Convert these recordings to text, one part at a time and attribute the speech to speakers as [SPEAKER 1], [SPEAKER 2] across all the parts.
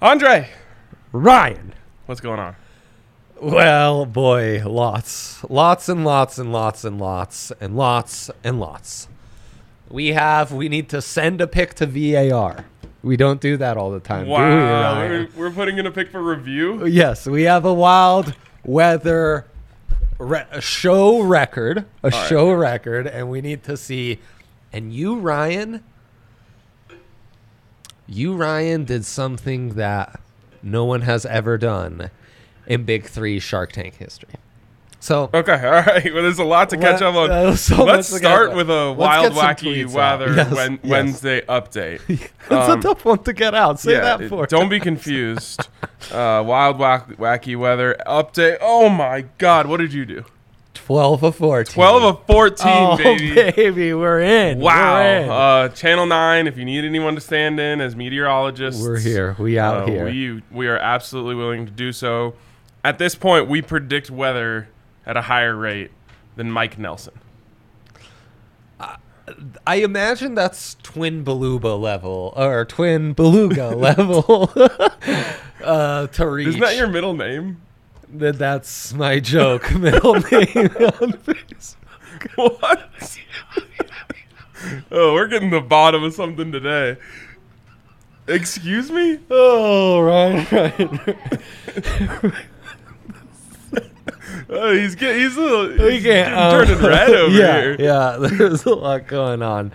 [SPEAKER 1] Andre,
[SPEAKER 2] Ryan.
[SPEAKER 1] what's going on?
[SPEAKER 2] Well, boy, lots, lots and lots and lots and lots and lots and lots. We have. We need to send a pick to VAR. We don't do that all the time. do we,
[SPEAKER 1] Wow,
[SPEAKER 2] Ryan?
[SPEAKER 1] we're, we're putting in a pick for review.
[SPEAKER 2] Yes, we have a wild weather re- a show record, a show record, and we need to see. And you, Ryan, you, Ryan, did something that no one has ever done in Big Three Shark Tank history. So
[SPEAKER 1] Okay, all right. Well, there's a lot to catch
[SPEAKER 2] Well,
[SPEAKER 1] up on.
[SPEAKER 2] there's so
[SPEAKER 1] Let's
[SPEAKER 2] much to catch
[SPEAKER 1] start
[SPEAKER 2] up.
[SPEAKER 1] with a
[SPEAKER 2] Let's
[SPEAKER 1] wild,
[SPEAKER 2] get some
[SPEAKER 1] wacky,
[SPEAKER 2] tweets out.
[SPEAKER 1] weather
[SPEAKER 2] Yes,
[SPEAKER 1] Wen-
[SPEAKER 2] yes.
[SPEAKER 1] Wednesday update.
[SPEAKER 2] it's a tough one to get out. Say that
[SPEAKER 1] it-
[SPEAKER 2] for
[SPEAKER 1] Don't be confused. uh, wild, wack, wacky weather update. Oh my God, what did you do?
[SPEAKER 2] twelve of fourteen.
[SPEAKER 1] 12 of 14,
[SPEAKER 2] oh,
[SPEAKER 1] baby.
[SPEAKER 2] baby, we're in.
[SPEAKER 1] Wow.
[SPEAKER 2] we're, in.
[SPEAKER 1] Uh, Channel 9, if you need anyone to stand in as meteorologists,
[SPEAKER 2] We're here. We out
[SPEAKER 1] uh,
[SPEAKER 2] here.
[SPEAKER 1] We, we are absolutely willing to do so. At this point, we predict weather at a higher rate than Mike Nelson.
[SPEAKER 2] I imagine that's twin beluga level or twin beluga level uh, to reach.
[SPEAKER 1] Isn't that your middle name?
[SPEAKER 2] Th- That's my joke. Middle name on Facebook.
[SPEAKER 1] What? oh, we're getting the bottom of something today. Excuse me?
[SPEAKER 2] Oh, right, right.
[SPEAKER 1] Oh, he's get, he's a little,
[SPEAKER 2] We
[SPEAKER 1] he's
[SPEAKER 2] can't,
[SPEAKER 1] getting
[SPEAKER 2] um,
[SPEAKER 1] turning red over
[SPEAKER 2] yeah,
[SPEAKER 1] here.
[SPEAKER 2] Yeah, there's a lot going on.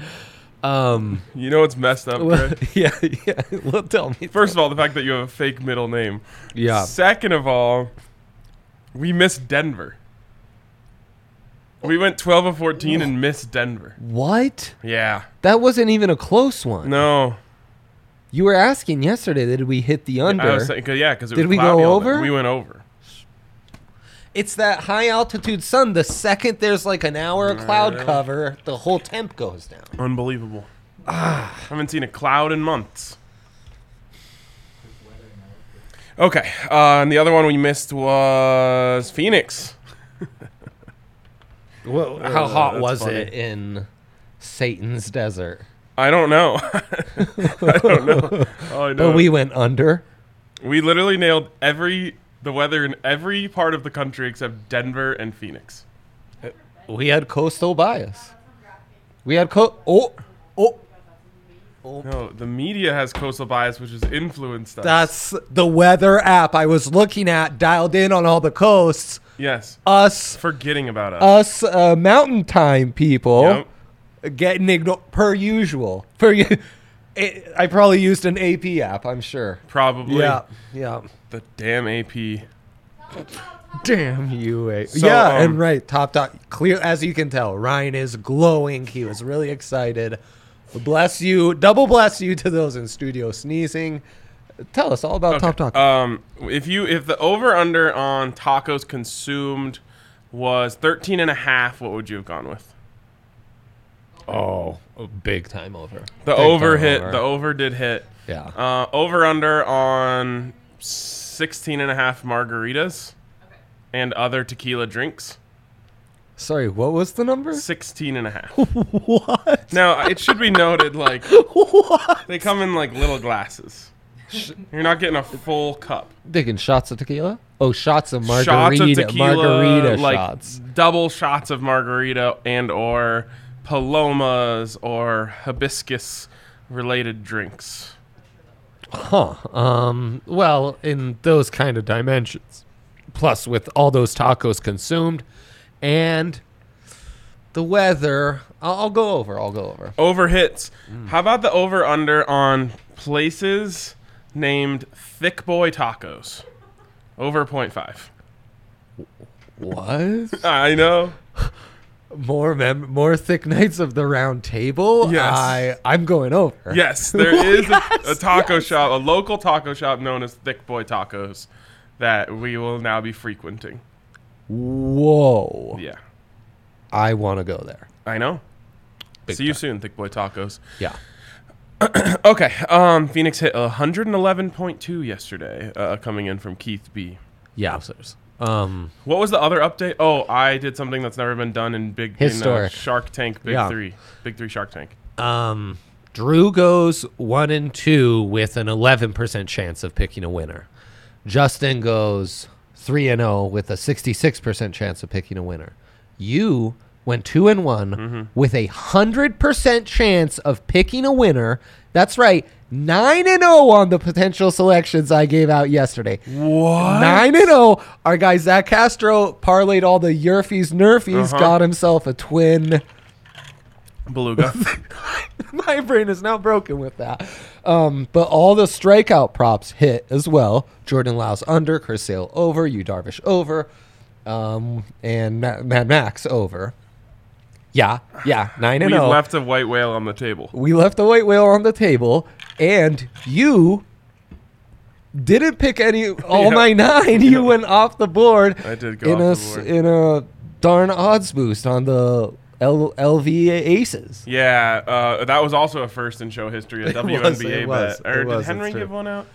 [SPEAKER 2] Um,
[SPEAKER 1] You know what's messed up,
[SPEAKER 2] well,
[SPEAKER 1] Greg?
[SPEAKER 2] yeah, yeah. Well, tell me.
[SPEAKER 1] First of all, the fact that you have a fake middle name.
[SPEAKER 2] Yeah.
[SPEAKER 1] Second of all, we missed Denver. We went 12 of 14 and missed Denver.
[SPEAKER 2] What?
[SPEAKER 1] Yeah.
[SPEAKER 2] That wasn't even a close one.
[SPEAKER 1] No.
[SPEAKER 2] You were asking yesterday, did we hit the under?
[SPEAKER 1] I was saying, cause, yeah, because
[SPEAKER 2] Did we go over?
[SPEAKER 1] We went over.
[SPEAKER 2] It's that high altitude sun. The second there's like an hour of cloud cover, the whole temp goes down.
[SPEAKER 1] Unbelievable. Ah. Haven't seen a cloud in months. Okay. Uh, and the other one we missed was Phoenix.
[SPEAKER 2] How
[SPEAKER 1] Oh,
[SPEAKER 2] hot
[SPEAKER 1] that's
[SPEAKER 2] was
[SPEAKER 1] funny.
[SPEAKER 2] it in Satan's desert?
[SPEAKER 1] I don't know. I don't know. All I know
[SPEAKER 2] But
[SPEAKER 1] is-
[SPEAKER 2] we went under.
[SPEAKER 1] We literally nailed every the weather in every part of the country except Denver and Phoenix.
[SPEAKER 2] We had coastal bias. We had co. Oh, oh.
[SPEAKER 1] No, the media has coastal bias, which has influenced us.
[SPEAKER 2] That's the weather app I was looking at, dialed in on all the coasts.
[SPEAKER 1] yes,
[SPEAKER 2] Us,
[SPEAKER 1] forgetting about us.
[SPEAKER 2] us, uh, mountain time people.
[SPEAKER 1] Yep.
[SPEAKER 2] getting ignored per usual. Per u- it, I probably used an AP app. I'm sure.
[SPEAKER 1] Probably.
[SPEAKER 2] Yeah, yeah.
[SPEAKER 1] The damn AP.
[SPEAKER 2] Damn you, A.
[SPEAKER 1] So,
[SPEAKER 2] yeah,
[SPEAKER 1] um,
[SPEAKER 2] and right, top dot. Clear as you can tell, Ryan is glowing. He was really excited. Bless you, double bless you to those in studio sneezing. Tell us all about Top Talk.
[SPEAKER 1] Um, if you if the over under on tacos consumed was 13 and a half, what would you have gone with?
[SPEAKER 2] oh, big time over.
[SPEAKER 1] The over hit. The over did hit.
[SPEAKER 2] yeah.
[SPEAKER 1] Uh, over under on 16 and a half margaritas and other tequila drinks.
[SPEAKER 2] Sorry, what was the number?
[SPEAKER 1] 16 and a half.
[SPEAKER 2] What?
[SPEAKER 1] now, it should be noted like they come in like little glasses. You're not getting a full cup.
[SPEAKER 2] Digging shots of tequila? Oh, shots of margarita.
[SPEAKER 1] shots of tequila,
[SPEAKER 2] margarita
[SPEAKER 1] like
[SPEAKER 2] shots.
[SPEAKER 1] double shots of margarita and or palomas or hibiscus related drinks.
[SPEAKER 2] Huh. Um, well, in those kind of dimensions. Plus, with all those tacos consumed and the weather, I'll, I'll go over. I'll go over.
[SPEAKER 1] Over hits. How about the over under on places named Thick Boy Tacos? Over 0.5.
[SPEAKER 2] What?
[SPEAKER 1] I know.
[SPEAKER 2] more mem- more thick nights of the round table?
[SPEAKER 1] Yes.
[SPEAKER 2] I, I'm going over.
[SPEAKER 1] Oh, Yes, there is a, a taco shop, a local taco shop known as Thick Boy Tacos that we will now be frequenting.
[SPEAKER 2] Whoa.
[SPEAKER 1] Yeah.
[SPEAKER 2] I want to go there.
[SPEAKER 1] I know.
[SPEAKER 2] Big
[SPEAKER 1] See you soon, Thick Boy Tacos.
[SPEAKER 2] Yeah.
[SPEAKER 1] Okay. Um, Phoenix hit 111.2 yesterday, uh, coming in from Keith B.
[SPEAKER 2] Yeah. Upstairs. Um,
[SPEAKER 1] What was the other update? Oh, I did something that's never been done in Big in, uh,
[SPEAKER 2] Historic.
[SPEAKER 1] Shark Tank Big
[SPEAKER 2] Yeah.
[SPEAKER 1] Three, Big Three Shark Tank.
[SPEAKER 2] Um, Drew goes one and two with an 11% chance of picking a winner. Justin goes three and zero with a 66% chance of picking a winner. You went two and one with a hundred percent chance of picking a winner. That's right, nine and zero on the potential selections I gave out yesterday. Nine and zero. Our guy Zach Castro parlayed all the Yerfies Nerfies,
[SPEAKER 1] Uh-huh.
[SPEAKER 2] got himself a twin.
[SPEAKER 1] Beluga.
[SPEAKER 2] my brain is now broken with that. Um, but all the strikeout props hit as well. Jordan Lyles under, Chris Sale over, you Darvish over, um, and Ma- Mad Max over. Yeah, yeah, nine
[SPEAKER 1] we
[SPEAKER 2] and zero.
[SPEAKER 1] left a white whale on the table.
[SPEAKER 2] we left the white whale on the table, and you didn't pick any all
[SPEAKER 1] Yeah.
[SPEAKER 2] my nine. You went off the board.
[SPEAKER 1] I did go
[SPEAKER 2] in
[SPEAKER 1] off
[SPEAKER 2] a
[SPEAKER 1] the
[SPEAKER 2] s-
[SPEAKER 1] board.
[SPEAKER 2] in a darn odds boost on the L- LV aces.
[SPEAKER 1] Yeah, uh, that was also a first in show history. A
[SPEAKER 2] It was,
[SPEAKER 1] WNBA
[SPEAKER 2] it was,
[SPEAKER 1] bet.
[SPEAKER 2] it
[SPEAKER 1] Or
[SPEAKER 2] was,
[SPEAKER 1] did Henry
[SPEAKER 2] that's
[SPEAKER 1] give
[SPEAKER 2] true.
[SPEAKER 1] one out?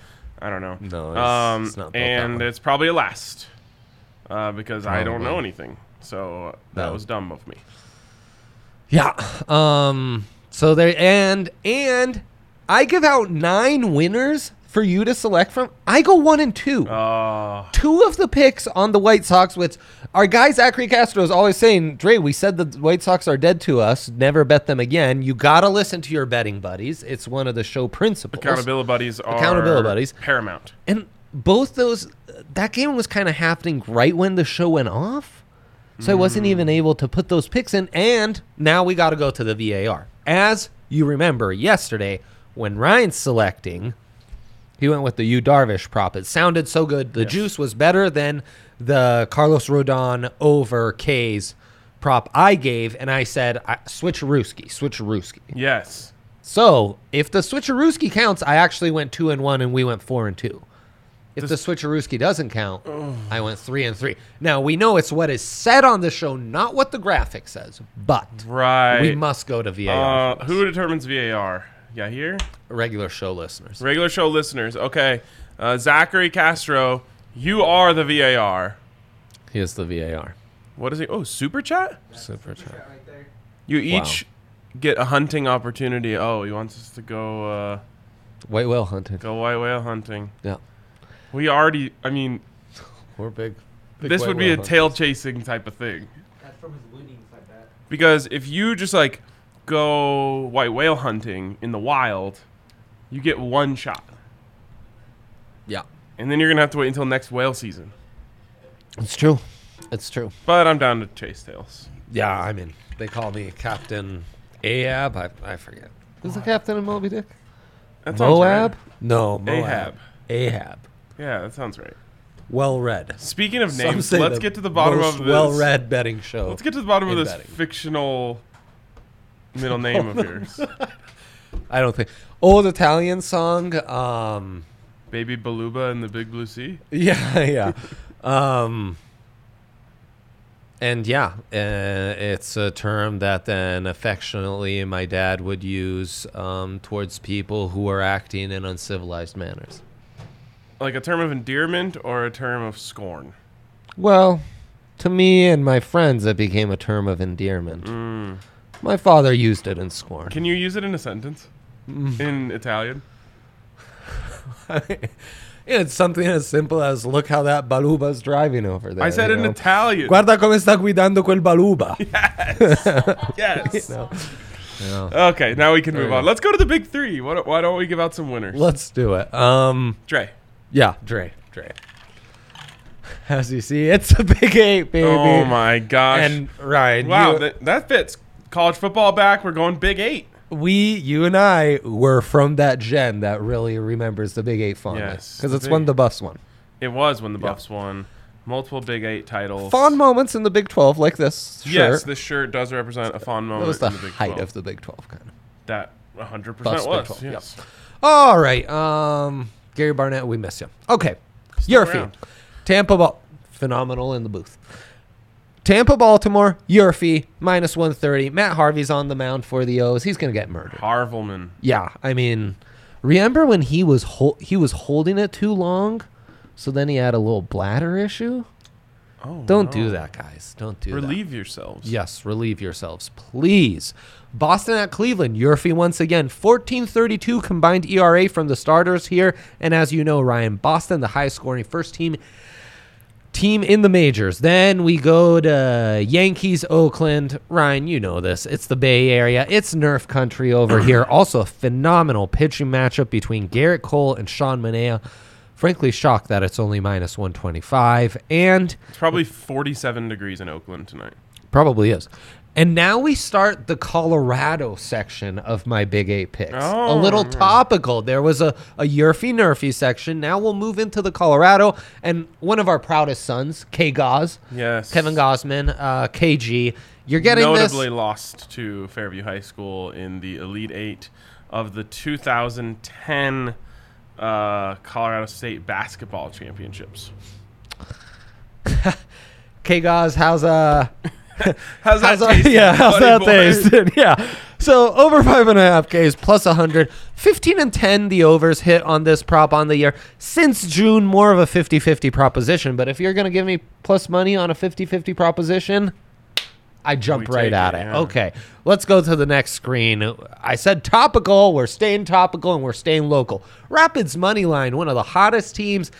[SPEAKER 1] I don't know.
[SPEAKER 2] No, it's-
[SPEAKER 1] um,
[SPEAKER 2] it's not built that
[SPEAKER 1] and
[SPEAKER 2] way.
[SPEAKER 1] it's probably a last uh, because I don't know
[SPEAKER 2] Probably.
[SPEAKER 1] anything. So uh, that
[SPEAKER 2] No.
[SPEAKER 1] was dumb of me.
[SPEAKER 2] Yeah. Um. So there and and I give out nine winners for you to select from. I go one and two.
[SPEAKER 1] Uh,
[SPEAKER 2] two of the picks on the White Sox, which our guy Zachary Castro is always saying, Dre, we said the White Sox are dead to us. Never bet them again. You gotta listen to your betting buddies. It's one of the show principles.
[SPEAKER 1] Accountability buddies are
[SPEAKER 2] Accountability buddies.
[SPEAKER 1] paramount.
[SPEAKER 2] And both those, that game was kind of happening right when the show went off. So I wasn't even able to put those picks in. And now we got to go to the VAR. As you remember yesterday, when Ryan's selecting, he went with the U Darvish prop. It sounded so good. The juice was better than the Carlos Rodon over K's prop I gave. And I said, I, switch Rooski, switch Rooski.
[SPEAKER 1] Yes.
[SPEAKER 2] So if the switcherooski counts, I actually went two and one, and we went four and two. If the switcherooski doesn't count, I went three and three. Now we know it's what is said on the show, not what the graphic says, but
[SPEAKER 1] Right.
[SPEAKER 2] we must go to VAR.
[SPEAKER 1] Uh, who determines VAR? Yeah, here.
[SPEAKER 2] regular show listeners.
[SPEAKER 1] Regular show listeners. Okay. Uh, Zachary Castro, you are the VAR.
[SPEAKER 2] Here's the VAR.
[SPEAKER 1] What is it? Oh, super chat?
[SPEAKER 2] Super chat.
[SPEAKER 1] You each get a hunting opportunity. Oh, he wants us to go uh,
[SPEAKER 2] White whale hunting.
[SPEAKER 1] go white whale hunting.
[SPEAKER 2] Yeah,
[SPEAKER 1] We already, I mean,
[SPEAKER 2] we're big.
[SPEAKER 1] this would be a tail chasing type of thing. Because if you just like go white whale hunting in the wild, you get one shot.
[SPEAKER 2] Yeah,
[SPEAKER 1] And then you're going to have to wait until next whale season.
[SPEAKER 2] it's true. It's true.
[SPEAKER 1] But I'm down to chase tails.
[SPEAKER 2] Yeah, I'm in. They call me Captain Ahab. I, I forget. Who's the captain of Moby Dick?
[SPEAKER 1] That sounds
[SPEAKER 2] Moab?
[SPEAKER 1] right.
[SPEAKER 2] No,
[SPEAKER 1] Ahab.
[SPEAKER 2] Moab. Ahab.
[SPEAKER 1] Yeah, that sounds right.
[SPEAKER 2] Well read.
[SPEAKER 1] Speaking of
[SPEAKER 2] Some
[SPEAKER 1] names,
[SPEAKER 2] say
[SPEAKER 1] let's
[SPEAKER 2] the
[SPEAKER 1] get to the bottom
[SPEAKER 2] most
[SPEAKER 1] of this.
[SPEAKER 2] Well read betting show.
[SPEAKER 1] Let's get to the bottom of
[SPEAKER 2] in
[SPEAKER 1] this
[SPEAKER 2] betting.
[SPEAKER 1] fictional middle name of yours,
[SPEAKER 2] I don't think. Old Italian song. Um,
[SPEAKER 1] Baby Baluba and the Big Blue Sea.
[SPEAKER 2] Yeah, yeah. um, and yeah, uh, it's a term that then affectionately my dad would use um, towards people who are acting in uncivilized manners.
[SPEAKER 1] Like a term of endearment or a term of scorn.
[SPEAKER 2] Well, to me and my friends, it became a term of endearment.
[SPEAKER 1] Mm.
[SPEAKER 2] My father used it in scorn.
[SPEAKER 1] Can you use it in a sentence
[SPEAKER 2] Mm.
[SPEAKER 1] in Italian?
[SPEAKER 2] it's something as simple as look how that baluba's driving over there.
[SPEAKER 1] I said
[SPEAKER 2] you
[SPEAKER 1] in
[SPEAKER 2] know?
[SPEAKER 1] Italian.
[SPEAKER 2] Guarda come sta guidando quel baluba.
[SPEAKER 1] Yes.
[SPEAKER 2] No.
[SPEAKER 1] Okay, now we can move
[SPEAKER 2] we
[SPEAKER 1] on.
[SPEAKER 2] go.
[SPEAKER 1] Let's go to the big three. Why don't, why don't we give out some winners?
[SPEAKER 2] Let's do it. Um.
[SPEAKER 1] Dre.
[SPEAKER 2] Yeah, Dre. Dre. As you see, it's a big eight, baby.
[SPEAKER 1] Oh my gosh.
[SPEAKER 2] And Ryan,
[SPEAKER 1] wow,
[SPEAKER 2] you-
[SPEAKER 1] that, that fits. College football back. We're going Big Eight.
[SPEAKER 2] we, you and I were from that gen that really remembers the Big Eight fondly.
[SPEAKER 1] Yes,
[SPEAKER 2] because
[SPEAKER 1] the
[SPEAKER 2] it's when
[SPEAKER 1] big-
[SPEAKER 2] the Buffs won.
[SPEAKER 1] It was when the Buffs won multiple Big Eight titles.
[SPEAKER 2] Fond moments in the Big Twelve, like this. Sure.
[SPEAKER 1] Yes, this shirt does represent a fond moment.
[SPEAKER 2] that was the,
[SPEAKER 1] in the Big
[SPEAKER 2] height
[SPEAKER 1] 12.
[SPEAKER 2] of the Big Twelve, kind of.
[SPEAKER 1] that. 100%
[SPEAKER 2] Buffs Big
[SPEAKER 1] was.
[SPEAKER 2] 12, yep.
[SPEAKER 1] yes.
[SPEAKER 2] All right, um, Gary Barnett, we miss you. Okay, your feed.
[SPEAKER 1] around.
[SPEAKER 2] Tampa ball phenomenal in the booth. Tampa, Baltimore, Yurfee, minus 130. Matt Harvey's on the mound for the O's. He's going to get murdered.
[SPEAKER 1] Harvelman.
[SPEAKER 2] Yeah, I mean, remember when he was hol- he was holding it too long, so then he had a little bladder issue.
[SPEAKER 1] Oh,
[SPEAKER 2] Don't
[SPEAKER 1] no.
[SPEAKER 2] do that, guys. Don't do that.
[SPEAKER 1] Relieve yourselves.
[SPEAKER 2] Yes, relieve yourselves, please. Boston at Cleveland, Yurfee once again, 1432 combined ERA from the starters here. And as you know, Ryan, Boston, the highest scoring first team team in the majors. Then we go to Yankees, Oakland. Ryan, you know this. It's the Bay Area. It's Nerf country over here. Also, a phenomenal pitching matchup between Garrett Cole and Sean Manea. Frankly, shocked that it's only minus 125. And
[SPEAKER 1] It's probably 47 degrees in Oakland tonight.
[SPEAKER 2] Probably is. And now we start the Colorado section of my Big Eight picks. a
[SPEAKER 1] Oh,
[SPEAKER 2] little topical. There was a, a Yerfy Nerfy section. Now we'll move into the Colorado. And one of our proudest sons, K. Goz,
[SPEAKER 1] Yes.
[SPEAKER 2] Kevin Gosman, uh, KG. You're getting
[SPEAKER 1] notably
[SPEAKER 2] this.
[SPEAKER 1] lost to Fairview High School in the Elite Eight of the 2010 uh, Colorado State Basketball Championships.
[SPEAKER 2] K. Goz, how's uh,
[SPEAKER 1] How's that
[SPEAKER 2] How's that-
[SPEAKER 1] taste?
[SPEAKER 2] yeah, how's that
[SPEAKER 1] buddy boy?
[SPEAKER 2] tasting? Yeah. So over five and a half Ks plus 100. 15 and 10, the overs hit on this prop on the year. Since June, more of a 50 50 proposition. But if you're going to give me plus money on a 50 50 proposition, I jump
[SPEAKER 1] We
[SPEAKER 2] right
[SPEAKER 1] take
[SPEAKER 2] at
[SPEAKER 1] it,
[SPEAKER 2] it.
[SPEAKER 1] yeah.
[SPEAKER 2] Okay. Let's go to the next screen. I said topical. We're staying topical and we're staying local. Rapids money line, one of the hottest teams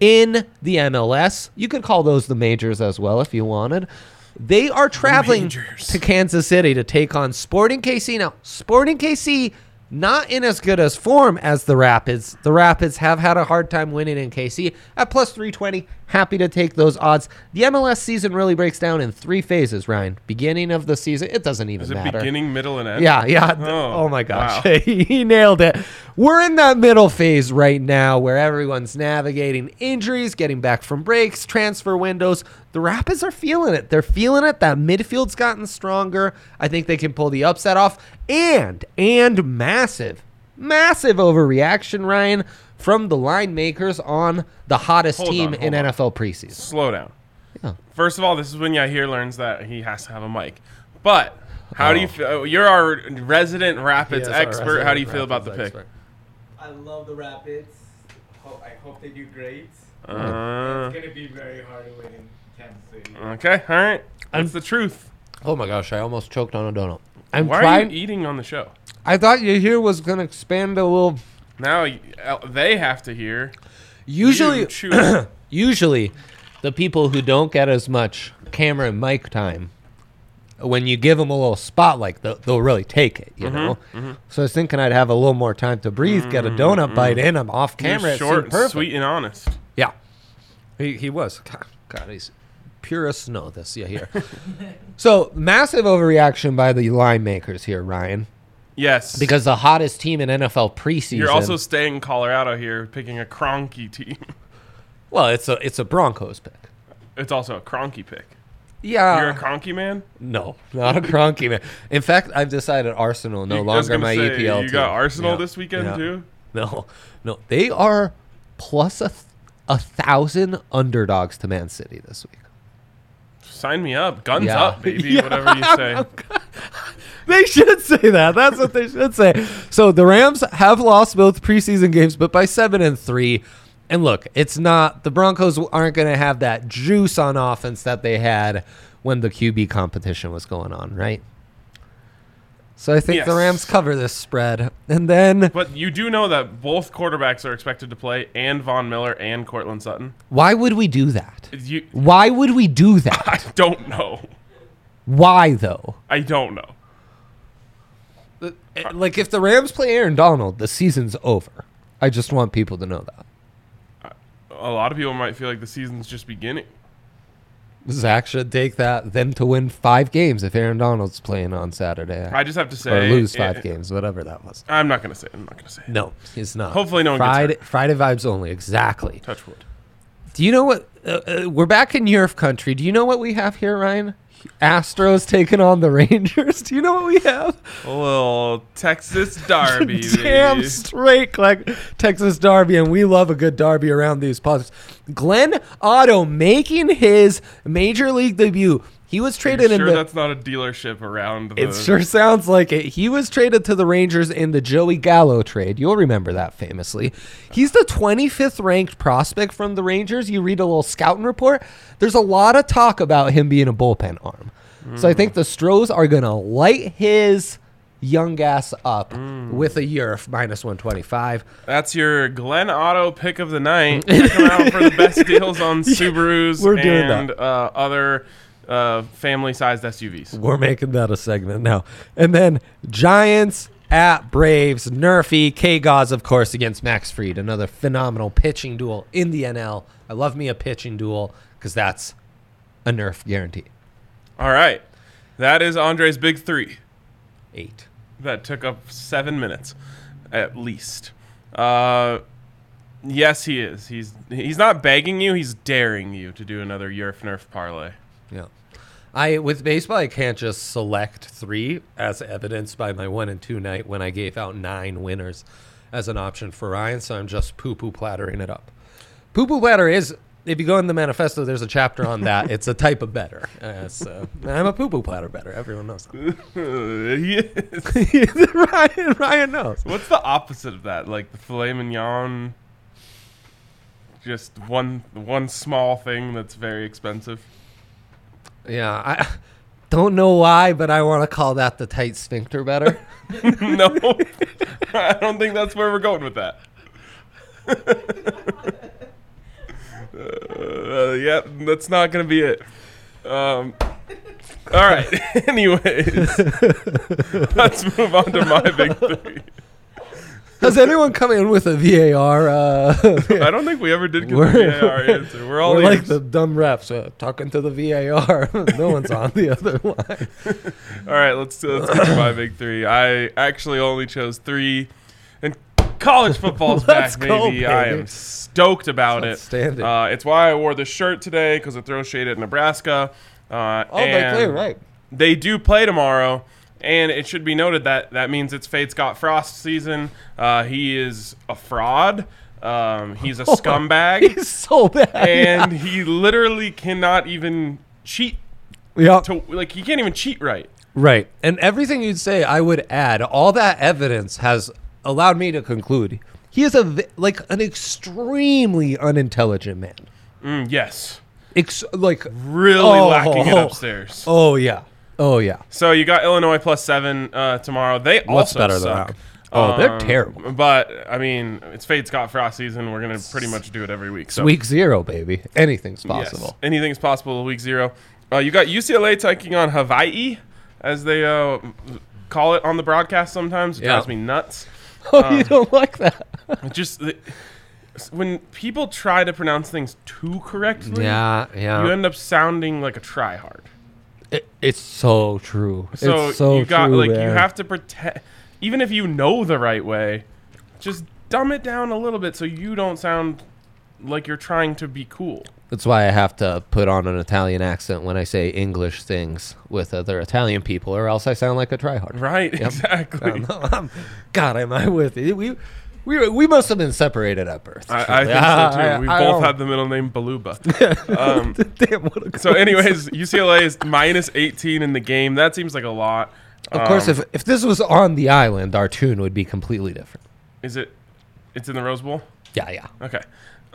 [SPEAKER 2] in the MLS. You could call those the majors as well if you wanted. They are traveling
[SPEAKER 1] majors.
[SPEAKER 2] to Kansas City to take on Sporting KC. Now, Sporting KC not in as good as form as the Rapids. The Rapids have had a hard time winning in KC at plus 320. Happy to take those odds. The MLS season really breaks down in three phases, Ryan. Beginning of the season, it doesn't even
[SPEAKER 1] Is it
[SPEAKER 2] matter.
[SPEAKER 1] beginning, middle, and end?
[SPEAKER 2] Yeah, yeah. Th- Oh,
[SPEAKER 1] Oh,
[SPEAKER 2] my gosh.
[SPEAKER 1] wow.
[SPEAKER 2] he nailed it. We're in that middle phase right now where everyone's navigating injuries, getting back from breaks, transfer windows. The Rapids are feeling it. They're feeling it. That midfield's gotten stronger. I think they can pull the upset off. And, and massive, massive overreaction, Ryan, from the line makers on the hottest
[SPEAKER 1] Hold
[SPEAKER 2] team
[SPEAKER 1] on,
[SPEAKER 2] in
[SPEAKER 1] hold on.
[SPEAKER 2] NFL preseason.
[SPEAKER 1] Slow down.
[SPEAKER 2] Yeah.
[SPEAKER 1] First of all, this is when Yahir learns that he has to have a mic. But how
[SPEAKER 2] Oh.
[SPEAKER 1] do you feel? oh, You're our resident Rapids expert. how do you feel about the pick?
[SPEAKER 3] I love the Rapids. Ho- I hope they do great.
[SPEAKER 1] Uh,
[SPEAKER 3] It's gonna be very hard to win in Kansas City.
[SPEAKER 1] okay, all right. That's the truth.
[SPEAKER 2] Oh my gosh, I almost choked on a donut. I'm
[SPEAKER 1] Why are
[SPEAKER 2] trying.
[SPEAKER 1] you eating on the show?
[SPEAKER 2] I thought you here was going to expand a little.
[SPEAKER 1] Now y- uh, they have to hear.
[SPEAKER 2] Usually,
[SPEAKER 1] you chew.
[SPEAKER 2] usually, the people who don't get as much camera and mic time, when you give them a little spotlight, they'll, they'll really take it. You know. So I was thinking I'd have a little more time to breathe, get a donut bite in. I'm off
[SPEAKER 1] You're
[SPEAKER 2] camera. it seemed
[SPEAKER 1] short, and
[SPEAKER 2] perfect.
[SPEAKER 1] sweet, and honest.
[SPEAKER 2] Yeah. He, he was. God, God, he's purists know this. Yeah, here. so massive overreaction by the line makers here, Ryan,
[SPEAKER 1] Yes.
[SPEAKER 2] because the hottest team in NFL preseason.
[SPEAKER 1] you're also staying in Colorado here, picking a Cronky team.
[SPEAKER 2] well, it's a it's a Broncos pick.
[SPEAKER 1] It's also a Cronky pick.
[SPEAKER 2] Yeah,
[SPEAKER 1] You're a Cronky man.
[SPEAKER 2] no, not a Cronky man. In fact, I've decided Arsenal no
[SPEAKER 1] You- I was
[SPEAKER 2] longer
[SPEAKER 1] gonna
[SPEAKER 2] my
[SPEAKER 1] say,
[SPEAKER 2] EPL.
[SPEAKER 1] You
[SPEAKER 2] team.
[SPEAKER 1] got Arsenal
[SPEAKER 2] Yeah.
[SPEAKER 1] this weekend
[SPEAKER 2] Yeah.
[SPEAKER 1] too.
[SPEAKER 2] No, no, they are plus a th- a thousand underdogs to Man City this week.
[SPEAKER 1] Sign me up. Guns
[SPEAKER 2] Yeah.
[SPEAKER 1] up, baby.
[SPEAKER 2] Yeah.
[SPEAKER 1] Whatever you say.
[SPEAKER 2] They should say that. That's what they should say. So the Rams have lost both preseason games, but by seven and three. And look, it's not the Broncos aren't going to have that juice on offense that they had when the QB competition was going on, right? So I think the
[SPEAKER 1] Yes.
[SPEAKER 2] Rams cover this spread, and then
[SPEAKER 1] But you do know that both quarterbacks are expected to play, and Von Miller and Cortland Sutton.
[SPEAKER 2] why would we do that?
[SPEAKER 1] You,
[SPEAKER 2] Why would we do
[SPEAKER 1] I
[SPEAKER 2] that?
[SPEAKER 1] don't know.
[SPEAKER 2] Why though?
[SPEAKER 1] I don't know.
[SPEAKER 2] Like if the Rams play Aaron Donald, the season's over. I just want people to know that.
[SPEAKER 1] A lot of people might feel like the season's just beginning.
[SPEAKER 2] Zach should take that them to win five games if Aaron Donald's playing on Saturday
[SPEAKER 1] I just have to say,
[SPEAKER 2] or lose five
[SPEAKER 1] it-
[SPEAKER 2] games, whatever that was.
[SPEAKER 1] I'm not gonna say. It. I'm not gonna say. It.
[SPEAKER 2] No, he's not.
[SPEAKER 1] Hopefully no one gets
[SPEAKER 2] Friday, Friday vibes only. Exactly.
[SPEAKER 1] Touch wood.
[SPEAKER 2] Do you know what? Uh, uh, we're back in Europe country. Do you know what we have here, Ryan? Astros taking on the Rangers. Do you know what we have?
[SPEAKER 1] A little Texas Derby.
[SPEAKER 2] Damn
[SPEAKER 1] baby.
[SPEAKER 2] straight, like Texas Derby, and we love a good Derby around these pods. Glenn Otto making his major league debut. He was traded
[SPEAKER 1] sure,
[SPEAKER 2] in the
[SPEAKER 1] that's not a dealership around. The,
[SPEAKER 2] It sure sounds like it. He was traded to the Rangers in the Joey Gallo trade. You'll remember that famously. He's the 25th ranked prospect from the Rangers. You read a little scouting report, there's a lot of talk about him being a bullpen arm. So I think the Stros are going to light his young ass up with a Yerf minus 125.
[SPEAKER 1] That's your Glen Auto pick of the night. Check 'em out for the best deals on Subarus
[SPEAKER 2] we're doing
[SPEAKER 1] and Uh, other uh, family-sized SUVs.
[SPEAKER 2] We're making that a segment now. And then Giants at Braves, Nerfy, K Goz, of course, against Max Fried. Another phenomenal pitching duel in the NL. I love me a pitching duel because that's a Nerf guarantee.
[SPEAKER 1] All right, that is Andre's big three.
[SPEAKER 2] Eight.
[SPEAKER 1] That took up seven minutes, at least. Uh, yes, he is. He's he's not begging you. He's daring you to do another Yerf Nerf parlay.
[SPEAKER 2] Yeah. I with baseball I can't just select three as evidenced by my one and two night when I gave out nine winners as an option for Ryan, so I'm just poo poo plattering it up. Poo poo platter is if you go in the manifesto, there's a chapter on that. it's a type of better. Uh, so I'm a poo poo platter better. Everyone knows that.
[SPEAKER 1] He is.
[SPEAKER 2] Ryan Ryan knows.
[SPEAKER 1] What's the opposite of that? Like the filet mignon. Just one one small thing that's very expensive.
[SPEAKER 2] Yeah, I don't know why, but I want to call that the tight sphincter better.
[SPEAKER 1] no, I don't think that's where we're going with that. uh, yeah, that's not gonna be it. Um, all right. Anyways, let's move on to my big three.
[SPEAKER 2] Has anyone come in with a VAR? Uh,
[SPEAKER 1] I don't think we ever did get
[SPEAKER 2] We're-
[SPEAKER 1] the VAR answer. We're all
[SPEAKER 2] We're like
[SPEAKER 1] ears.
[SPEAKER 2] the dumb refs uh, talking to the VAR. no one's on the other line.
[SPEAKER 1] All right, let's uh, let's get to my big three. I actually only chose three, and college football's
[SPEAKER 2] Let's
[SPEAKER 1] back,
[SPEAKER 2] go,
[SPEAKER 1] baby. I
[SPEAKER 2] baby.
[SPEAKER 1] am stoked about it.
[SPEAKER 2] That's outstanding.
[SPEAKER 1] Uh, it's why I wore this shirt today because it throws shade at Nebraska. Uh,
[SPEAKER 2] Oh, they
[SPEAKER 1] and
[SPEAKER 2] play right.
[SPEAKER 1] They do play tomorrow, and it should be noted that that means it's Fade Scott Frost season. Uh, he is a fraud. Um, he's a scumbag,
[SPEAKER 2] Oh, He's so bad.
[SPEAKER 1] and he literally cannot even cheat.
[SPEAKER 2] yeah.
[SPEAKER 1] To like, he can't even cheat right.
[SPEAKER 2] Right. And everything you'd say, I would add. All that evidence has allowed me to conclude he is a v- like an extremely unintelligent man.
[SPEAKER 1] Mm, yes.
[SPEAKER 2] Ex- like
[SPEAKER 1] really
[SPEAKER 2] Oh.
[SPEAKER 1] lacking it upstairs.
[SPEAKER 2] oh yeah, oh yeah.
[SPEAKER 1] So you got Illinois plus seven uh, tomorrow. They
[SPEAKER 2] What's
[SPEAKER 1] also
[SPEAKER 2] better than
[SPEAKER 1] suck. Um,
[SPEAKER 2] that? Oh, they're terrible.
[SPEAKER 1] But I mean, it's Fade Scott Frost season. We're gonna pretty much do it every week. So
[SPEAKER 2] Week zero, baby. Anything's
[SPEAKER 1] yes,
[SPEAKER 2] possible.
[SPEAKER 1] anything's possible. Week zero. Uh, you got UCLA taking on Hawaii, as they uh, call it on the broadcast sometimes. It
[SPEAKER 2] Yeah.
[SPEAKER 1] Um, drives me nuts.
[SPEAKER 2] Oh, you don't like that?
[SPEAKER 1] It just. when people try to pronounce things too correctly,
[SPEAKER 2] Yeah,
[SPEAKER 1] you
[SPEAKER 2] yeah.
[SPEAKER 1] end up sounding like a tryhard.
[SPEAKER 2] It, it's so true.
[SPEAKER 1] So,
[SPEAKER 2] it's so
[SPEAKER 1] you got
[SPEAKER 2] true,
[SPEAKER 1] like you
[SPEAKER 2] man.
[SPEAKER 1] have to pretend, even if you know the right way, just dumb it down a little bit so you don't sound like you're trying to be cool.
[SPEAKER 2] That's why I have to put on an Italian accent when I say English things with other Italian people, or else I sound like a tryhard.
[SPEAKER 1] Right?
[SPEAKER 2] I
[SPEAKER 1] Exactly.
[SPEAKER 2] don't know. I'm- God, am I with you? We, we, we must have been separated at birth.
[SPEAKER 1] I, I think
[SPEAKER 2] Ah,
[SPEAKER 1] so too.
[SPEAKER 2] I-
[SPEAKER 1] we
[SPEAKER 2] I
[SPEAKER 1] both
[SPEAKER 2] don't-
[SPEAKER 1] had the middle name Baluba.
[SPEAKER 2] Damn, what a
[SPEAKER 1] So, anyways, UCLA is minus 18 in the game. That seems like a lot. Um,
[SPEAKER 2] Of course, if, if this was on the island, our tune would be completely different.
[SPEAKER 1] Is it? It's in the Rose Bowl.
[SPEAKER 2] Yeah, yeah.
[SPEAKER 1] Okay.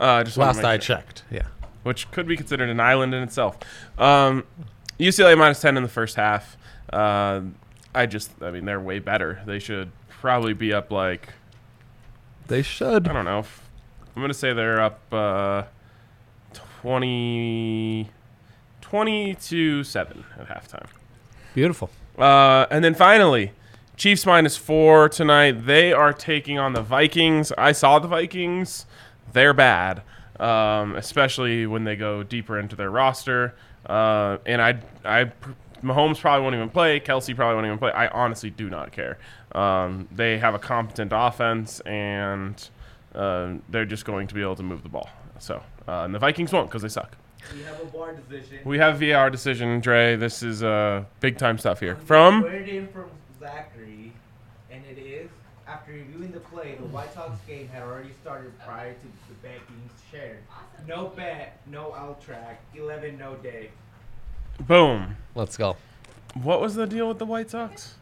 [SPEAKER 1] Uh, just wanted to
[SPEAKER 2] Last
[SPEAKER 1] make
[SPEAKER 2] I
[SPEAKER 1] sure.
[SPEAKER 2] checked. Yeah.
[SPEAKER 1] which could be considered an island in itself. Um, UCLA minus 10 in the first half. Uh, I just, I mean, they're way better. They should probably be up like,
[SPEAKER 2] They should.
[SPEAKER 1] I don't know. If, I'm going to say they're up uh, 20, 20 to 7 at halftime.
[SPEAKER 2] Beautiful.
[SPEAKER 1] Uh, and then finally, Chiefs minus four tonight. They are taking on the Vikings. I saw the Vikings. They're bad, um, especially when they go deeper into their roster. Uh, and I, I, Mahomes probably won't even play. Kelsey probably won't even play. I honestly do not care. Um, they have a competent offense, and uh, they're just going to be able to move the ball. So, uh, and the Vikings won't because they suck.
[SPEAKER 3] We have a bar decision.
[SPEAKER 1] We have VR decision, Dre. This is uh, big time stuff here. From
[SPEAKER 3] Word in from Zachary, and it is after reviewing the play, the White Sox game had already started prior to the bet being shared. No bet, no out track, 11 no day.
[SPEAKER 1] boom.
[SPEAKER 2] Let's go.
[SPEAKER 1] What was the deal with the White Sox?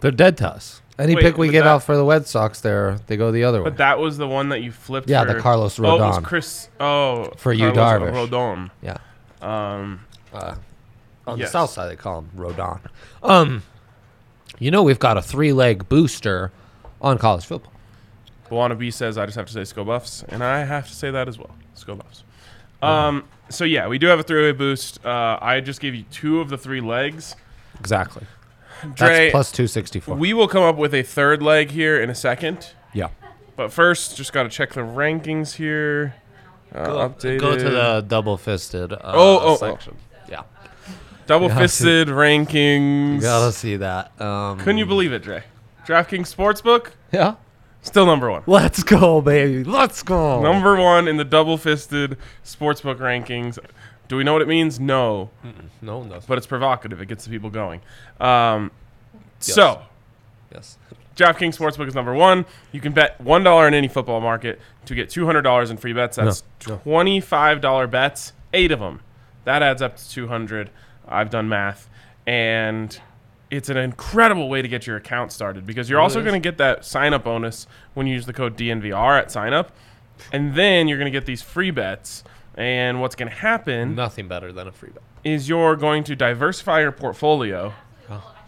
[SPEAKER 2] They're dead to us. Any
[SPEAKER 1] Wait,
[SPEAKER 2] pick we
[SPEAKER 1] but
[SPEAKER 2] get
[SPEAKER 1] that-
[SPEAKER 2] out for the Red Sox, there they go the other way.
[SPEAKER 1] But that was the one that you flipped.
[SPEAKER 2] Yeah,
[SPEAKER 1] for,
[SPEAKER 2] the Carlos
[SPEAKER 1] Oh, it was
[SPEAKER 2] Rodon.
[SPEAKER 1] Chris. Oh,
[SPEAKER 2] For you,
[SPEAKER 1] Carlos
[SPEAKER 2] Darvish. yeah. Uh,
[SPEAKER 1] Rodon. Um,
[SPEAKER 2] On
[SPEAKER 1] Yes.
[SPEAKER 2] the south side, they call him Rodon. Um, you know we've got a three-leg booster on college football.
[SPEAKER 1] Buana B says I just have to say Sco Buffs, and I have to say that as well. Sco Buffs.
[SPEAKER 2] Uh-huh.
[SPEAKER 1] Um, so yeah, we do have a three-way boost. Uh, I just gave you two of the three legs.
[SPEAKER 2] Exactly.
[SPEAKER 1] Dre,
[SPEAKER 2] That's plus two sixty-four.
[SPEAKER 1] we will come up with a third leg here in a second.
[SPEAKER 2] yeah.
[SPEAKER 1] But first, just got to check the rankings here. Uh, updated.
[SPEAKER 2] Go to the double-fisted. Uh,
[SPEAKER 1] Oh, oh, oh.
[SPEAKER 2] section. Yeah.
[SPEAKER 1] double-fisted rankings.
[SPEAKER 2] Gotta see that. Um,
[SPEAKER 1] Couldn't you believe it, Dre? DraftKings Sportsbook
[SPEAKER 2] Yeah.
[SPEAKER 1] still number one.
[SPEAKER 2] Let's go, baby. Let's go.
[SPEAKER 1] Number one in the double-fisted sportsbook rankings. Do we know what it means? No,
[SPEAKER 2] no, no.
[SPEAKER 1] but it's provocative. It gets the people going. Um, So,
[SPEAKER 2] Yes.
[SPEAKER 1] DraftKings Sportsbook is number one. You can bet one dollar in any football market to get two hundred dollars in free bets. That's twenty-five dollar bets, eight of them. That adds up to two hundred. I've done math, and it's an incredible way to get your account started because you're also going to get that sign-up bonus when you use the code DNVR at sign-up, and then you're going to get these free bets. And what's going to happen?
[SPEAKER 2] Nothing better than a free bet.
[SPEAKER 1] is you're going to diversify your portfolio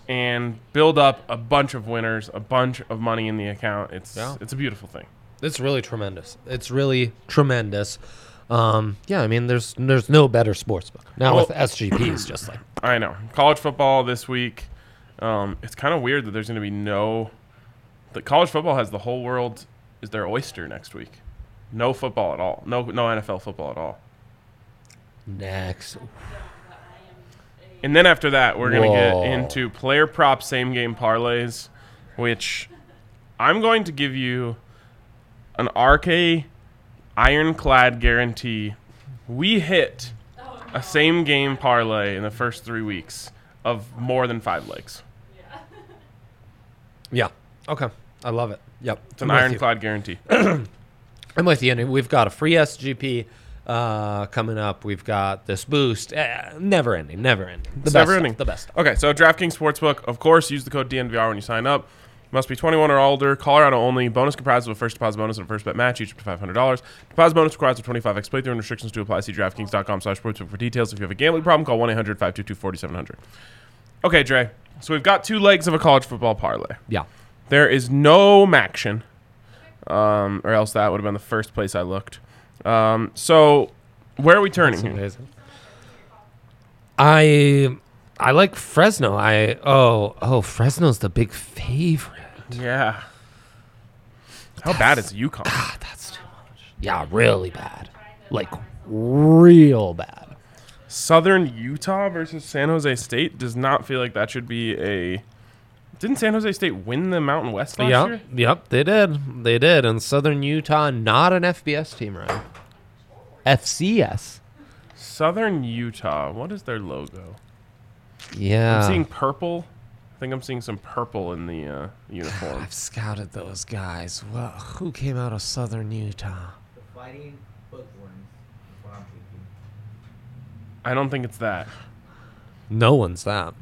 [SPEAKER 1] and build up a bunch of winners, a bunch of money in the account. It's
[SPEAKER 2] Yeah.
[SPEAKER 1] it's a beautiful thing.
[SPEAKER 2] It's really tremendous. It's really tremendous. Um, yeah, I mean, there's there's no better sports book now
[SPEAKER 1] Well-
[SPEAKER 2] with SGPs. Just like
[SPEAKER 1] I know. College football this week. Um, it's kind of weird that there's going to be no. The college football has the whole world is their oyster next week. No football at all. No no NFL football at all.
[SPEAKER 2] next,
[SPEAKER 1] And then after that, we're going to
[SPEAKER 2] Whoa.
[SPEAKER 1] get into player prop same game parlays, which I'm going to give you an RK ironclad guarantee. We hit a same game parlay in the first three weeks of more than five legs.
[SPEAKER 2] yeah, okay, I love it. Yep,
[SPEAKER 1] It's an
[SPEAKER 2] I'm with you.
[SPEAKER 1] ironclad guarantee.
[SPEAKER 2] I'm with you. And we've got a free SGP uh, coming up. We've got this boost. Eh, never ending. Never ending. The
[SPEAKER 1] It's
[SPEAKER 2] best
[SPEAKER 1] never
[SPEAKER 2] stuff,
[SPEAKER 1] ending.
[SPEAKER 2] The best. stuff.
[SPEAKER 1] Okay, so DraftKings Sportsbook, of course, use the code DNVR when you sign up. Must be 21 or older. Colorado only. Bonus comprised of a first deposit bonus and a first bet match, each up to $500. Deposit bonus requires a 25x playthrough and restrictions to apply. See DraftKings.com slash sportsbook for details. If you have a gambling problem, call 1-800-522-4700. Okay, Dre. So we've got two legs of a college football parlay.
[SPEAKER 2] Yeah.
[SPEAKER 1] There is no Maction, um, or else that would have been the first place I looked. Um, so where are we turning here?
[SPEAKER 2] Amazing. I I like Fresno. I oh oh Fresno's the big favorite.
[SPEAKER 1] Yeah. How bad is UConn?
[SPEAKER 2] That's too much. Yeah, really bad. Like real bad.
[SPEAKER 1] Southern Utah versus San Jose State does not feel like that should be a. Didn't San Jose State win the Mountain West last
[SPEAKER 2] yep,
[SPEAKER 1] year?
[SPEAKER 2] yep, they did. They did. And Southern Utah, not an FBS team, right? FCS.
[SPEAKER 1] Southern Utah. What is their logo?
[SPEAKER 2] Yeah.
[SPEAKER 1] I'm seeing purple. I think I'm seeing some purple in the uh, uniform.
[SPEAKER 2] I've scouted those guys. Well, who came out of Southern Utah?
[SPEAKER 3] The fighting bookworms. That's what I'm thinking.
[SPEAKER 1] I don't think it's that.
[SPEAKER 2] No one's that.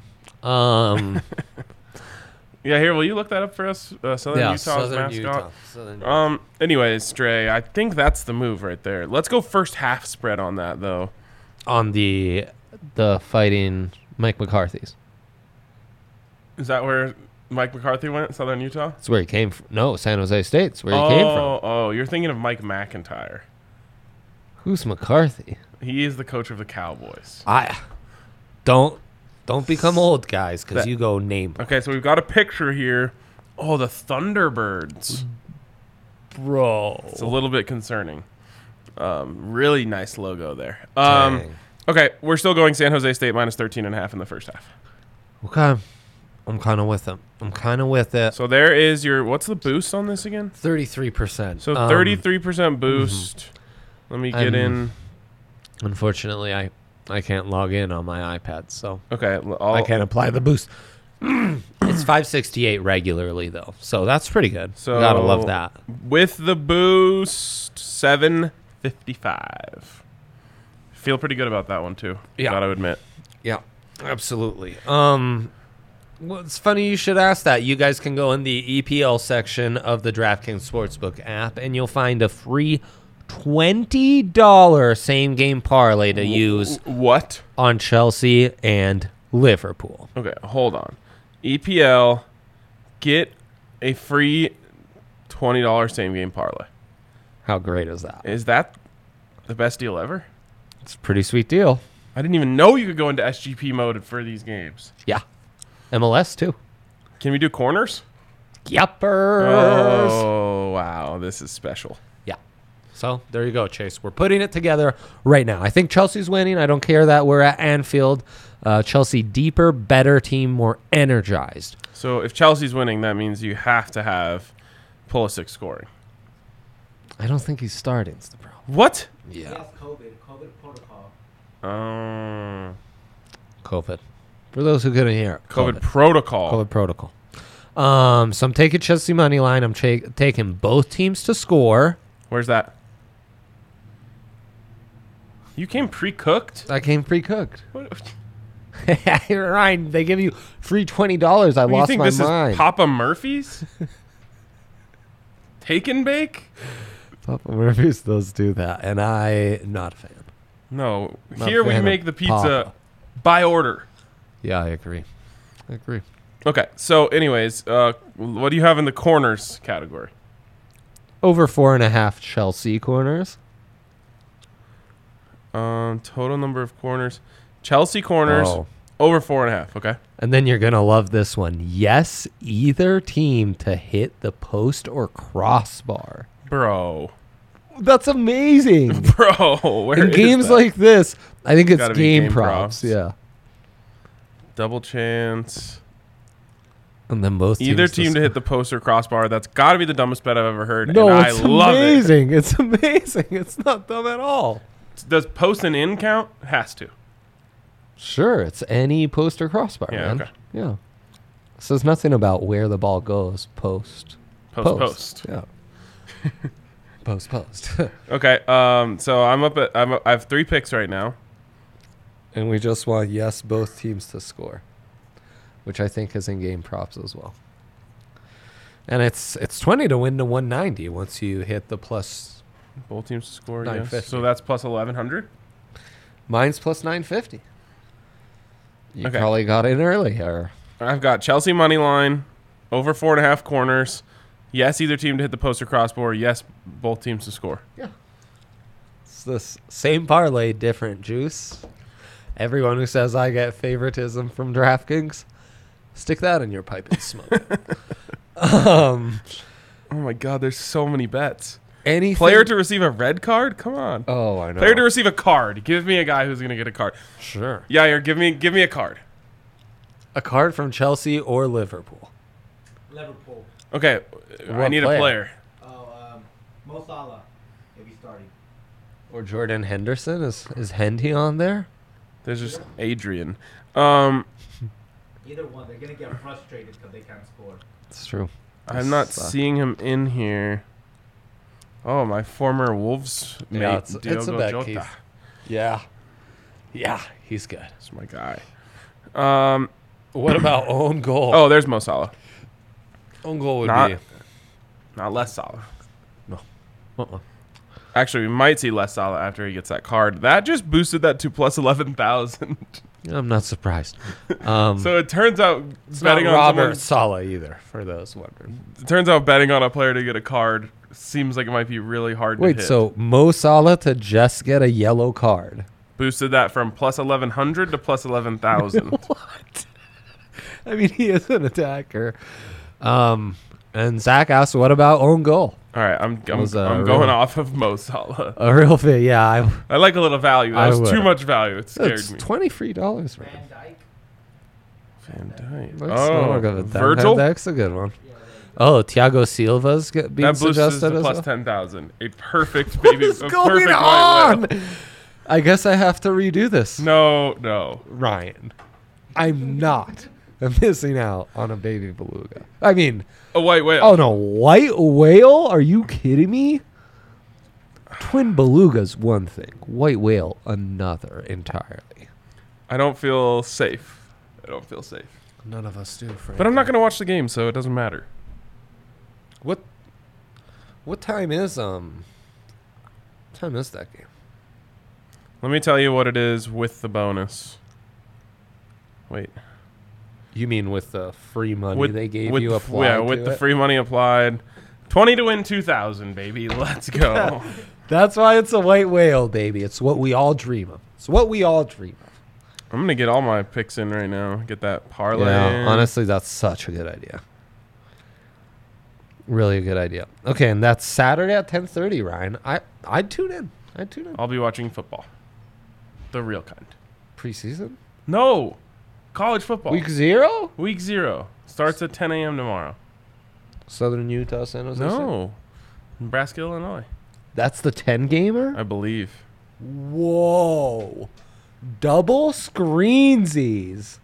[SPEAKER 2] Um,
[SPEAKER 1] Yeah, here. Will you look that up for us? Uh, Southern
[SPEAKER 2] yeah,
[SPEAKER 1] Utah's
[SPEAKER 2] Southern Utah.
[SPEAKER 1] mascot.
[SPEAKER 2] Southern
[SPEAKER 1] Um. Anyways, Dre, I think that's the move right there. Let's go first half spread on that though.
[SPEAKER 2] on the the fighting Mike McCarthy's.
[SPEAKER 1] Is that where Mike McCarthy went? Southern Utah.
[SPEAKER 2] That's where he came from. No, San Jose State's where he
[SPEAKER 1] oh,
[SPEAKER 2] came from.
[SPEAKER 1] oh, you're thinking of Mike McIntyre.
[SPEAKER 2] Who's McCarthy?
[SPEAKER 1] He is the coach of the Cowboys.
[SPEAKER 2] I don't don't become old guys because
[SPEAKER 1] That-
[SPEAKER 2] you go name
[SPEAKER 1] Okay, so we've got a picture here. Oh, the Thunderbirds.
[SPEAKER 2] bro.
[SPEAKER 1] It's a little bit concerning. Um, really nice logo there. Um,
[SPEAKER 2] Dang.
[SPEAKER 1] okay, we're still going San Jose State minus 13 and a half in the first half.
[SPEAKER 2] Okay, I'm kind of with him. I'm kind of with it.
[SPEAKER 1] So there is your what's the boost on this again?
[SPEAKER 2] Thirty-three percent.
[SPEAKER 1] So 33% boost. Let me get
[SPEAKER 2] Um, mhm. I'm-
[SPEAKER 1] in.
[SPEAKER 2] Unfortunately, I I can't log in on my iPad, so
[SPEAKER 1] Okay, l- I'll,
[SPEAKER 2] I can't apply the boost. Oh. it's 568 regularly though, so that's pretty good.
[SPEAKER 1] So-
[SPEAKER 2] Gotta love that.
[SPEAKER 1] with the boost 755. Feel pretty good about that one too.
[SPEAKER 2] Yeah.
[SPEAKER 1] Got to admit.
[SPEAKER 2] Yeah, absolutely. Um, well, it's funny you should ask that. You guys can go in the EPL section of the DraftKings Sportsbook app, and you'll find a free twenty dollar same game parlay to use
[SPEAKER 1] What?
[SPEAKER 2] on Chelsea and Liverpool.
[SPEAKER 1] Okay, hold on. EPL, get a free twenty dollars same game parlay.
[SPEAKER 2] How great is that?
[SPEAKER 1] Is that the best deal ever?
[SPEAKER 2] It's a pretty sweet deal.
[SPEAKER 1] I didn't even know you could go into SGP mode for these games.
[SPEAKER 2] Yeah, MLS too.
[SPEAKER 1] Can we do corners?
[SPEAKER 2] Yuppers.
[SPEAKER 1] Oh wow, this is special.
[SPEAKER 2] Yeah. So there you go, Chase. We're putting it together right now. I think Chelsea's winning. I don't care that we're at Anfield. Uh, Chelsea deeper, better team, more energized.
[SPEAKER 1] So if Chelsea's winning, that means you have to have Pulisic scoring.
[SPEAKER 2] I don't think he's starting. Is the problem?
[SPEAKER 1] What?
[SPEAKER 3] He has COVID. COVID protocol.
[SPEAKER 1] Um,
[SPEAKER 2] COVID. For those who couldn't hear, it,
[SPEAKER 1] COVID,
[SPEAKER 2] COVID,
[SPEAKER 1] protocol.
[SPEAKER 2] COVID protocol. Um, so I'm taking Chelsea money line. I'm cha- taking both teams to score.
[SPEAKER 1] Where's that? You came pre-cooked.
[SPEAKER 2] I came pre-cooked.
[SPEAKER 1] What?
[SPEAKER 2] Ryan, they give you free twenty dollars. I
[SPEAKER 1] What,
[SPEAKER 2] lost
[SPEAKER 1] you think
[SPEAKER 2] my
[SPEAKER 1] this
[SPEAKER 2] mind.
[SPEAKER 1] is Papa Murphy's? Take and bake?
[SPEAKER 2] Papa Murphy's does do that, and I not a fan.
[SPEAKER 1] No.
[SPEAKER 2] Not a
[SPEAKER 1] Here we
[SPEAKER 2] fan of
[SPEAKER 1] make the pizza
[SPEAKER 2] Papa.
[SPEAKER 1] by order.
[SPEAKER 2] Yeah, I agree. I agree.
[SPEAKER 1] Okay. So, anyways, uh, what do you have in the corners category?
[SPEAKER 2] Over four and a half Chelsea corners.
[SPEAKER 1] Um, total number of corners. Chelsea corners over four and a half. Okay.
[SPEAKER 2] And then you're going to love this one. Yes, either team to hit the post or crossbar.
[SPEAKER 1] Bro.
[SPEAKER 2] That's amazing.
[SPEAKER 1] Bro. Where
[SPEAKER 2] In
[SPEAKER 1] is
[SPEAKER 2] games
[SPEAKER 1] that?
[SPEAKER 2] like this, I think it's
[SPEAKER 1] Gotta be
[SPEAKER 2] game,
[SPEAKER 1] game
[SPEAKER 2] props.
[SPEAKER 1] props.
[SPEAKER 2] Yeah.
[SPEAKER 1] double chance.
[SPEAKER 2] And then both
[SPEAKER 1] Either
[SPEAKER 2] teams
[SPEAKER 1] team to hit the post or crossbar. That's got to be the dumbest bet I've ever heard.
[SPEAKER 2] No,
[SPEAKER 1] and I
[SPEAKER 2] it's
[SPEAKER 1] love it.
[SPEAKER 2] amazing. It's amazing. It's not dumb at all.
[SPEAKER 1] Does post and in count? Has to.
[SPEAKER 2] Sure, it's any post or crossbar,
[SPEAKER 1] Yeah,
[SPEAKER 2] man.
[SPEAKER 1] okay.
[SPEAKER 2] Yeah. Says nothing about where the ball goes post.
[SPEAKER 1] Post, post.
[SPEAKER 2] Yeah. post post.
[SPEAKER 1] Okay. Um. So I'm up at I'm, I have three picks right now.
[SPEAKER 2] and we just want yes both teams to score, which I think is in game props as well. And it's it's twenty to win to one ninety once you hit the plus
[SPEAKER 1] Both teams to score.
[SPEAKER 2] Nine
[SPEAKER 1] Yes.
[SPEAKER 2] fifty.
[SPEAKER 1] So that's plus eleven hundred.
[SPEAKER 2] mine's plus nine fifty. You
[SPEAKER 1] Okay.
[SPEAKER 2] probably got in early or
[SPEAKER 1] I've got Chelsea money line over four and a half corners. Yes, either team to hit the post or crossbar. Yes, both teams to score.
[SPEAKER 2] it's this same parlay, different juice. Everyone who says I get favoritism from DraftKings, stick that in your pipe and smoke it. um
[SPEAKER 1] Oh my God! There's so many bets.
[SPEAKER 2] anything.
[SPEAKER 1] Player to receive a red card? Come on.
[SPEAKER 2] Oh, I know.
[SPEAKER 1] Player to receive a card. Give me a guy who's gonna get a card.
[SPEAKER 2] Sure.
[SPEAKER 1] Yair, give me give me a card.
[SPEAKER 2] A card from Chelsea or Liverpool.
[SPEAKER 3] Liverpool.
[SPEAKER 1] Okay, I
[SPEAKER 2] What
[SPEAKER 1] need
[SPEAKER 2] player?
[SPEAKER 1] a player.
[SPEAKER 3] Oh, um, Mo Salah. If he's starting.
[SPEAKER 2] Or Jordan Henderson. Is, is Hendy on there?
[SPEAKER 1] There's just Adrian. Um,
[SPEAKER 3] Either one, they're gonna get frustrated because they can't score.
[SPEAKER 2] It's true.
[SPEAKER 1] I'm not
[SPEAKER 2] Suck.
[SPEAKER 1] seeing him in here. Oh, my former Wolves mate,
[SPEAKER 2] Yeah, it's, it's a
[SPEAKER 1] Diogo
[SPEAKER 2] bet,
[SPEAKER 1] Jota.
[SPEAKER 2] Keith. Yeah. Yeah, he's good.
[SPEAKER 1] That's my guy. Um,
[SPEAKER 2] What about own goal?
[SPEAKER 1] oh, there's Mo Salah.
[SPEAKER 2] own goal would
[SPEAKER 1] Not-
[SPEAKER 2] be.
[SPEAKER 1] Not less Salah.
[SPEAKER 2] Uh-uh.
[SPEAKER 1] Actually, we might see less Salah after he gets that card. That just boosted that to plus eleven thousand.
[SPEAKER 2] I'm not surprised. Um,
[SPEAKER 1] so it turns out
[SPEAKER 2] it's not
[SPEAKER 1] betting on
[SPEAKER 2] Robert
[SPEAKER 1] someone,
[SPEAKER 2] Sala either, for those wondering.
[SPEAKER 1] it turns out betting on a player to get a card seems like it might be really hard. to
[SPEAKER 2] Wait,
[SPEAKER 1] hit.
[SPEAKER 2] so Mo Salah to just get a yellow card?
[SPEAKER 1] boosted that from plus eleven hundred to plus eleven thousand.
[SPEAKER 2] What? I mean, he is an attacker. Um, and Zach asked, "What about own goal?
[SPEAKER 1] All right, I'm I'm,
[SPEAKER 2] Was, uh,
[SPEAKER 1] I'm going
[SPEAKER 2] really-
[SPEAKER 1] off of Mo Salah.
[SPEAKER 2] A real fit? Yeah, I,
[SPEAKER 1] I like a little value. That
[SPEAKER 2] I
[SPEAKER 1] was too
[SPEAKER 2] would.
[SPEAKER 1] much value. It scared
[SPEAKER 2] that's
[SPEAKER 1] me.
[SPEAKER 2] twenty three dollars. Right?
[SPEAKER 3] Van Dyke.
[SPEAKER 1] Van Dijk.
[SPEAKER 2] Let's
[SPEAKER 1] Oh,
[SPEAKER 2] not go with that.
[SPEAKER 1] Virgil. That
[SPEAKER 2] That's a good one. Oh, Thiago Silva's get, being
[SPEAKER 1] boosted
[SPEAKER 2] suggested
[SPEAKER 1] to
[SPEAKER 2] as
[SPEAKER 1] plus
[SPEAKER 2] well.
[SPEAKER 1] ten thousand. A perfect baby.
[SPEAKER 2] What's
[SPEAKER 1] a
[SPEAKER 2] going
[SPEAKER 1] perfect white whale.
[SPEAKER 2] on? I guess I have to redo this.
[SPEAKER 1] No, no.
[SPEAKER 2] Ryan, I'm not missing out on a baby beluga. I mean,
[SPEAKER 1] A white whale.
[SPEAKER 2] oh no, white whale? Are you kidding me? Twin belugas, one thing. White whale, another entirely.
[SPEAKER 1] I don't feel safe. I don't feel safe.
[SPEAKER 2] None of us do, Frank.
[SPEAKER 1] But I'm not going to watch the game, so it doesn't matter.
[SPEAKER 2] What? What time is um? what Time is that game?
[SPEAKER 1] Let me tell you what it is with the bonus. Wait.
[SPEAKER 2] You mean with the free money
[SPEAKER 1] With,
[SPEAKER 2] they gave
[SPEAKER 1] with
[SPEAKER 2] you
[SPEAKER 1] the
[SPEAKER 2] a
[SPEAKER 1] f- Yeah, with the free money applied. 20 to win 2000, baby. Let's go.
[SPEAKER 2] That's why it's a white whale, baby. It's what we all dream of. It's what we all dream of.
[SPEAKER 1] I'm going to get all my picks in right now. Get that parlay.
[SPEAKER 2] Yeah,
[SPEAKER 1] in.
[SPEAKER 2] honestly, that's such a good idea. Really a good idea. Okay, and that's Saturday at ten thirty, Ryan. I I'd tune in. I'd tune in.
[SPEAKER 1] I'll be watching football. The real kind.
[SPEAKER 2] Preseason
[SPEAKER 1] No. College football.
[SPEAKER 2] week zero,
[SPEAKER 1] Week 0 starts at 10 a.m. tomorrow.
[SPEAKER 2] Southern Utah, San Jose. State.
[SPEAKER 1] No. Nebraska, Illinois,
[SPEAKER 2] that's the ten gamer.
[SPEAKER 1] I believe.
[SPEAKER 2] Whoa. Double screensies.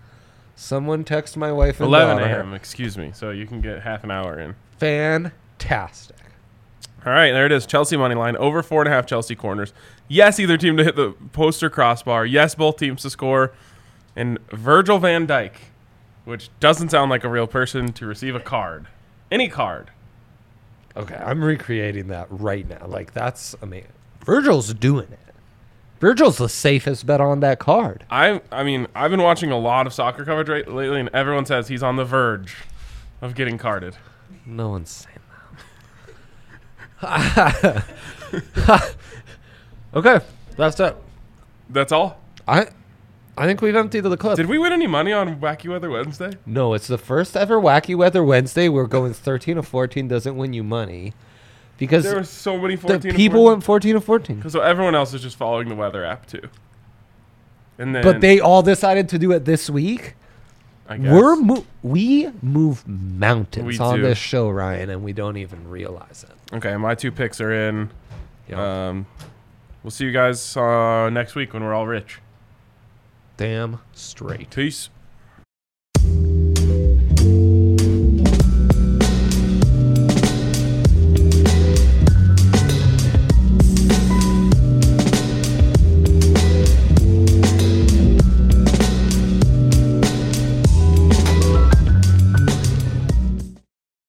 [SPEAKER 2] Someone text my wife and
[SPEAKER 1] 11
[SPEAKER 2] daughter.
[SPEAKER 1] a.m. Excuse me. So you can get half an hour in.
[SPEAKER 2] Fantastic.
[SPEAKER 1] All right, there it is. Chelsea money line over four and a half Chelsea corners. Yes, either team to hit the post or crossbar. Yes, both teams to score. And Virgil Van Dyke, which doesn't sound like a real person, to receive a card, any card.
[SPEAKER 2] Okay, I'm recreating that right now. Like that's amazing. Virgil's doing it. Virgil's the safest bet on that card.
[SPEAKER 1] I I mean I've been watching a lot of soccer coverage right, lately, and everyone says he's on the verge of getting carded.
[SPEAKER 2] No one's saying that. okay, that's it.
[SPEAKER 1] That's all.
[SPEAKER 2] I I think we've emptied the clip.
[SPEAKER 1] Did we win any money on Wacky Weather Wednesday?
[SPEAKER 2] No, it's the first ever Wacky Weather Wednesday. We're going 13 of 14 doesn't win you money because
[SPEAKER 1] There were so many
[SPEAKER 2] the
[SPEAKER 1] fourteen. and
[SPEAKER 2] people
[SPEAKER 1] 14.
[SPEAKER 2] went 14 of 14.
[SPEAKER 1] So everyone else is just following the weather app too. And then
[SPEAKER 2] But they all decided to do it this week.
[SPEAKER 1] I guess.
[SPEAKER 2] We're mo- we move mountains
[SPEAKER 1] We
[SPEAKER 2] on
[SPEAKER 1] do.
[SPEAKER 2] this show, Ryan, and we don't even realize it.
[SPEAKER 1] Okay, my two picks are in.
[SPEAKER 2] Yeah.
[SPEAKER 1] Um, we'll see you guys uh, next week when we're all rich.
[SPEAKER 2] Damn straight.
[SPEAKER 1] Peace.